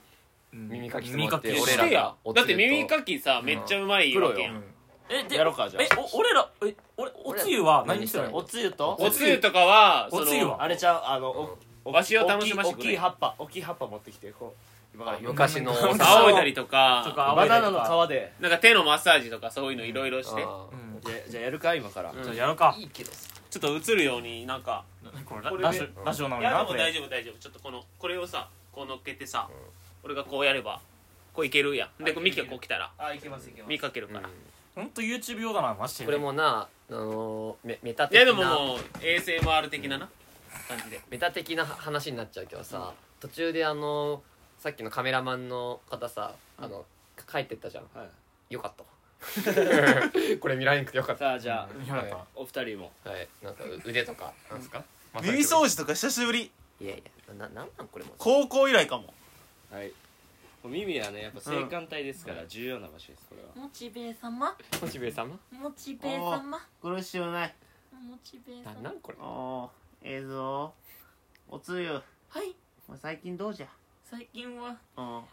S4: 耳かきして
S3: 耳
S4: もら
S3: か
S4: っ
S3: き
S4: て
S2: 耳か
S4: 俺
S2: きして
S4: ら
S2: や
S4: がおつ
S2: だ
S4: ゆ
S2: っ
S4: と
S2: て耳かきさめっちゃうまいわけや
S1: うん
S2: ん
S3: えで
S1: やろうかじゃあ
S3: えお俺らえ俺おつゆは何してるの
S1: おつゆと
S2: おつゆとかは
S3: おつゆ
S2: その
S3: は
S1: あれちゃうあのおお
S2: わしを楽しませて
S1: 大
S2: く
S1: きい大きい
S2: れ
S1: 葉っぱ大きい葉っぱ持ってきてこう今から
S3: よ
S4: 昔の
S3: うん
S2: 仰いだりと
S3: と
S2: か
S3: か
S1: バナナの皮で
S2: なんか手のマッサージとかそういうのいろいろして
S4: あ
S3: う
S4: ー
S3: ん
S1: じゃじゃあやるか今から
S2: うん
S3: じゃあやろうか
S4: いいけどさ
S2: ちょっと映るようになんか
S3: これラ
S2: これ
S3: ラジオラジオないのに
S2: や
S3: な
S2: で
S3: こ
S2: も
S3: れ
S2: 大丈夫大丈夫ちょっとこのこれをさこう乗っけてさ俺がこうやればこういけるやんでこうミキがこう来たら
S1: あいけますいけ
S2: 見かける
S4: う
S2: か
S4: ん
S2: ら
S3: ほんと YouTube 用だなマジで
S4: これもなあのーメメタ
S2: い
S4: 的
S2: やでも
S4: な
S2: もう ASMR 的なな感じで
S4: メタ的な話になっちゃうけどさ途中であのーさっきのカメラマンの方さあの帰ってったじゃん
S1: はい
S4: よかったわこれ見られなくてよかった
S1: さあじゃ
S3: やろうか
S1: あお二人も
S4: あはいなんか腕とかなんすか
S2: 耳掃除とか久しぶり
S4: 除いやいやななんなんこれも
S2: 高校以来かも
S1: はい耳はねやっぱ性感帯ですから重要な場所ですこれは
S6: モチベ様
S4: モチベ様
S6: モチベ様
S2: これ知らない
S6: モチベ
S4: なん
S6: 様
S4: なんこれ
S2: ああ映像おつゆ
S6: はい
S2: 最近どうじゃ
S6: 最近は
S2: うんお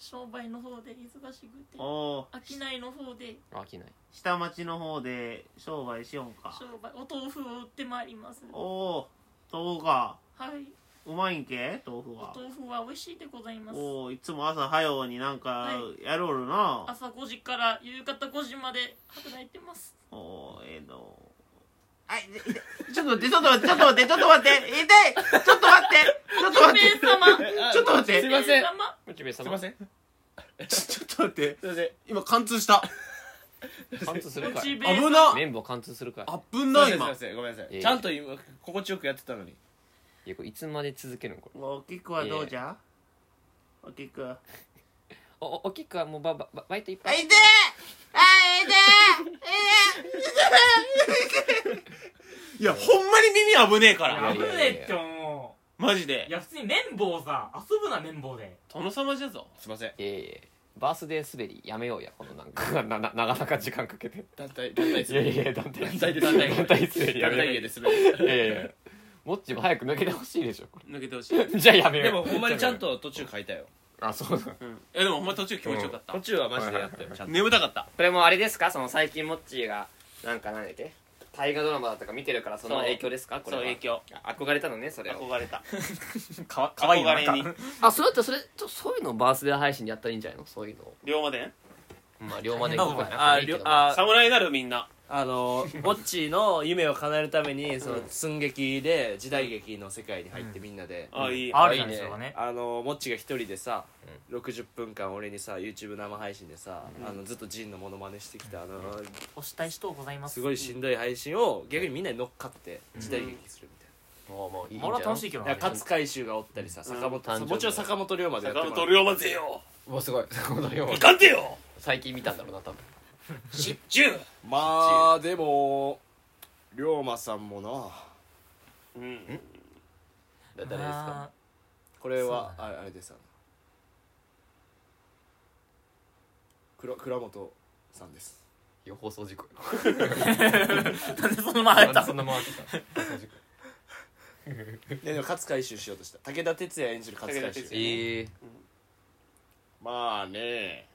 S6: 商売の方で忙しくて
S2: お
S6: 商いの方で
S4: 飽きない
S2: 下町の方で商売しよんか
S6: 商売お豆腐を売ってまいります
S2: おお豆腐か
S6: はいう
S2: まいんけ豆腐
S6: お
S2: は
S6: 豆腐は美味しいでございます
S2: おおいつも朝早うになんか
S6: は
S2: やろうるな、
S6: 朝5時から夕方5時まで働いてます
S2: おおええのあいでちょっと待ってちょっと待ってちょっと待ってちょっと待って痛いちょっと待ってちょっと
S6: モ
S2: 待
S6: チ
S2: って
S6: ベ様
S2: ちょっと待っ
S4: すい
S2: て
S4: ません
S6: 様
S4: モチベ様
S2: んちょっと待って今貫通した
S4: 貫通する
S6: モ
S4: か
S6: チ
S4: い
S6: ベ様
S2: な
S4: 綿棒貫通するかい
S2: 危
S1: すいませんごめんなさ
S4: いえいえ
S1: いちゃんと今心地よくやってたのに
S4: いやこれいつまで続けるのこれ
S2: お菊はどうじゃお菊
S4: おお大きくはもうババババイトいっぱ
S2: あ
S4: い
S2: 痛いてあ痛いて
S5: いやほんまに耳危ねえから
S4: や
S3: 危ねえって思
S5: マジ
S3: う
S5: で
S3: いや普通に綿棒さ遊ぶな綿棒で
S5: 殿様じゃぞすいません
S4: いやいやいやバースデー滑りやめようやこのなんか なな長々時間かけて
S5: 団体団体
S4: いやいやいや団体
S5: 団体で
S4: 団
S5: 団体
S4: 体滑りや
S5: 団体
S4: め
S5: 芸
S4: よ
S5: ですね
S4: ういやいやいやもっちも早く抜けてほしいでしょこ
S5: 抜けてほしい
S4: れじゃあやめよう
S5: でもほんまにちゃんと途中書いたよ
S4: あそうだ
S5: うんえでもほんま途中気持ちよかった
S4: うん
S5: 途中はマジでやったよちゃんと眠たかった
S4: それもあれですかその最近もっちがなんか何だっけ大河ドラマだとか見てるからその
S2: そう
S4: 影響ですかこれ
S2: そう
S4: は
S2: 影響
S4: 憧れたのねそれを
S2: 憧れた
S3: かわかわいいな
S2: 憧れに
S3: なんか
S4: あそれだったらそれちょそういうのをバースデー配信でやったらいいんじゃないのそういうのを
S2: 龍馬伝
S4: まあ龍馬で行こうかな
S1: あ
S4: いいけど
S1: あ
S2: 侍になるみんな
S1: あ のぼっちの夢を叶えるためにその寸劇で時代劇の世界に入ってみんなで、
S2: あいい
S3: あるじゃないですかね
S1: あのもっちが一人でさ、60分間俺にさ YouTube 生配信でさ、あのずっとジンのモノマネしてきたあの
S3: おしたい人ございます
S1: すごいしんどい配信を逆にみんなに乗っかって時代劇するみたい
S4: もうもういいんじゃ
S3: 俺はい
S4: な
S3: 楽しいけど
S1: な、
S3: ない
S1: や勝海舟がおったりさ坂本、
S4: うん
S1: もちろん坂本龍馬でやって
S2: 坂
S1: もら
S2: 本
S1: う
S2: 龍馬ぜよ
S4: うわすごい 坂本龍馬
S2: 勝てよ
S4: 最近見たんだろうな多分
S2: しっちゅう
S1: まあでも龍馬さんもな
S2: うん
S4: だ誰ですか
S1: これはあれあれですあの倉倉本さん です
S4: いや放送事故
S3: ですかなんでその前入った
S4: そんな回って た
S1: いやでも勝海舟しようとした武田鉄矢演じる勝海
S2: 武田鉄
S1: 舟
S4: え
S2: 矢
S4: え
S5: まあ ね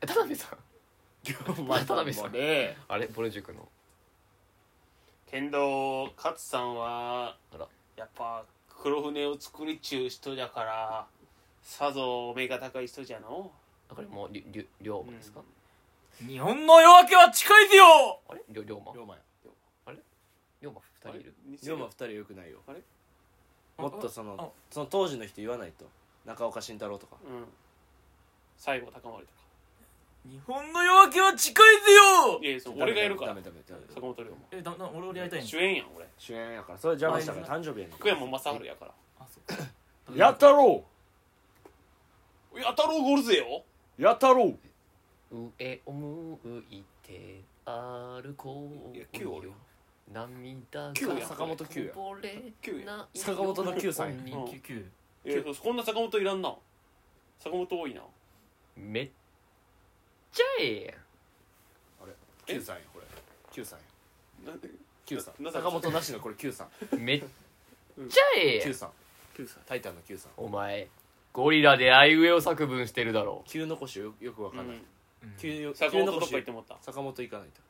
S4: 田辺さん
S1: 龍馬さんもね
S4: あれぼる塾の
S2: 剣道勝さんは
S4: あら
S2: やっぱ黒船を作りちゅう人だからさぞお目が高い人じゃの
S4: あこれもうりゅりゅ龍馬ですか
S3: 日本の夜明けは近いぜよ
S4: あれりゅ龍馬
S1: 龍馬や
S4: 龍馬二人いる
S1: 龍馬二人よくないよ
S2: あれ
S1: もっとそ
S3: あ
S1: のその当時の人言わないと中岡慎太郎とか
S2: うん最後高まりとか
S3: 日本の夜明けは近いぜよ
S2: いやそう俺がやるか
S1: ダ
S2: ら
S1: メダメダメダメ
S2: 坂本龍馬
S3: えだな俺俺やりたいん
S2: 主演やん俺
S1: 主演やからそれ邪魔したから誕生日やねん
S2: 福山雅治やから
S3: あそっか
S1: やったろ
S2: やたろうゴールぜよ
S1: うやったろう
S4: 上を向いて歩こう
S2: いや九おるよ
S4: 涙が
S2: 九や
S1: 坂本九や
S4: こぼれ
S2: 九や
S4: ない
S1: 坂本の九さんや
S4: ように
S3: 救
S2: う
S3: 急
S2: いやこんな坂本いらんな坂本多いな
S4: めっちゃえ
S1: 九さんやこれ九さんや
S2: なんで
S1: 九さん
S2: な
S1: 坂本なしのこれ九さん
S4: えやんめっちゃええや
S1: 九
S4: ん
S1: さん
S2: 9歳
S1: タイタンの九さん
S4: お前ゴリラであいうえを作文してるだろ
S1: 九残しよよくわかんない九よ
S2: 坂
S1: 九
S2: 本どっ
S1: 残
S2: か
S1: し
S2: 行ってもった
S1: 坂本行かないと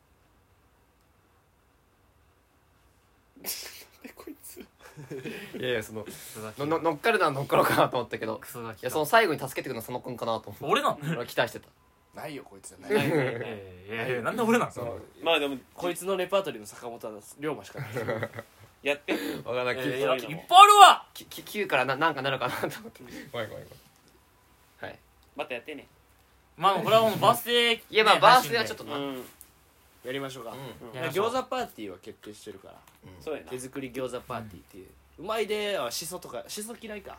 S2: でこいつ
S4: いやいやその
S3: うん
S4: のの乗っかるなら乗っかろうかなと思ったけど
S3: クソガ
S4: い
S3: キ
S4: やその最後に助けてくるのは佐野くんかなと思って
S3: 俺なの
S4: 俺は期待してた
S1: ないよこいつじゃ
S2: な
S1: ないい
S2: ね
S3: えーいやいやなんで俺なの
S2: まあでも
S1: こいつのレパートリーの坂本は龍馬し かない
S2: やって
S4: わからない
S3: え
S4: き
S3: ーいやいっぱいあ
S2: き
S3: るわ
S4: きき9からななんかなるかなと思ってごめんごめんごめんはい
S2: またやってね
S3: まあこれはもうバースデー
S4: いやまあバースデーはちょっと
S2: う
S4: な、
S2: ん
S1: やりましょうか
S4: う
S3: やりましょう
S1: 餃子パーティーは決定してるから
S2: そうやな
S1: 手作り餃子パーティーっていううまいであしそとかしそ嫌いか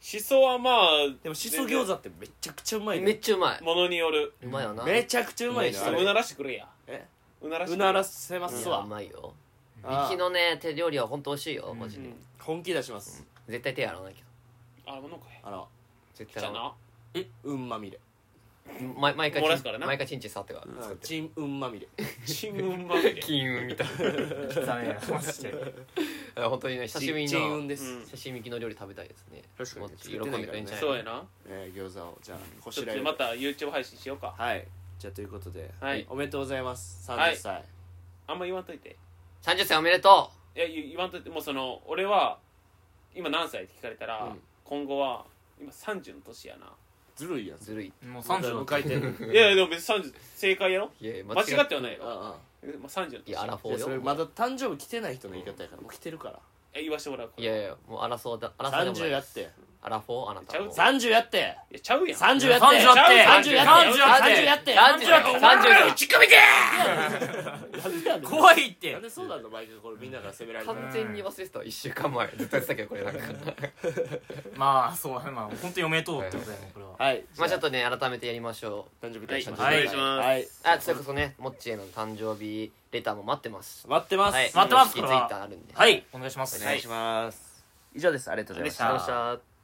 S2: しそはまあ
S1: でもしそ餃子ってめちゃくちゃうまい
S4: ん、めっ
S1: ね
S4: ちゃうまい
S2: ものによる
S4: うまいよな
S1: めちゃくちゃうまいね
S4: うん
S1: あ
S2: うな
S1: れ
S2: らしてくれや
S1: え
S2: うならして
S1: う
S2: くれ
S1: ならせま
S4: い
S1: す
S4: や
S1: わ
S4: うまいよ
S1: ああ
S4: ミキのね手料理は本当美味しいよマジ
S2: う
S4: で、
S2: ん
S1: 本気出します
S4: 絶対手洗わないけど
S2: あらものかい
S1: あの
S4: 絶
S2: じ
S4: 対
S2: ゃあ
S4: 洗わ
S2: な
S1: うんまみれ
S4: ない毎毎回
S2: 漏ら
S4: チ
S2: すから
S4: ン
S2: な
S4: 毎回チンチン触ってから作って
S1: チンうんまみれ
S2: 新聞まで
S4: 金運みたい
S3: 汚ねえなマジで
S4: な 本当にね久しぶりに
S1: チ
S4: な
S1: ンうんです
S2: うん
S4: 久しぶりにミキの料理食べたいですね
S1: 確かに
S4: もっと喜んでくれんじゃない
S2: そうやな
S1: えー餃子をじゃあこ
S2: ち
S1: し
S2: ょっ
S1: らえ
S2: とまた YouTube 配信しようか
S1: はいじゃあということで
S2: はい
S1: おめでとうございます
S2: はい
S1: 30歳
S2: あんま言わんといて
S4: 30歳おめでと
S2: いや言言わんといてもうその俺は今何歳って聞かれたら、
S1: うん
S2: 今後は今30の年やな
S1: ずるいやん
S4: うずるい
S3: もう30だっ
S1: 迎えてる
S2: いやいやでも別に30正解やろ
S4: いや
S2: 間違ってはない
S1: うんうん
S2: よ、まあ、30の
S4: い
S2: 年
S4: やアラフ
S1: い
S4: ォ
S1: や
S4: ー
S1: そ
S4: よ
S1: れまだ誕生日来てない人の言い方やからもう来てるから
S2: え言わしてもらうこ
S4: い
S2: れ
S4: やいやもう争うだ争うでも
S1: 30
S4: な
S1: や
S4: い
S1: って
S4: アラフォーあなたも
S7: ちゃう30やって
S2: いやちゃうやん
S7: 30やって
S3: 30やって
S7: 30やって
S3: 30
S7: 30やって
S4: 30やって30やって
S7: なんで
S3: 怖いって
S1: なんでそうなの毎回これみんなが責められてる
S4: 完全に忘れてた1週間前ずっとやってたけどこれなんか
S3: まあそうだねまあ本当におめでとうってことだよこれは
S1: はい
S4: まあちょっとね改めてやりましょ
S1: 誕生日会しましょう
S3: はい
S2: お願いします、
S1: はい
S4: あそれこそねもっちへの誕生日レターも待ってます
S1: 待ってます
S4: はい
S3: 待ってます
S4: 公式
S3: これ
S4: ツイ
S3: は
S4: ッターあるんで
S3: はいお願いします
S1: お願いします以上ですありがとうございました
S4: ありがとうございました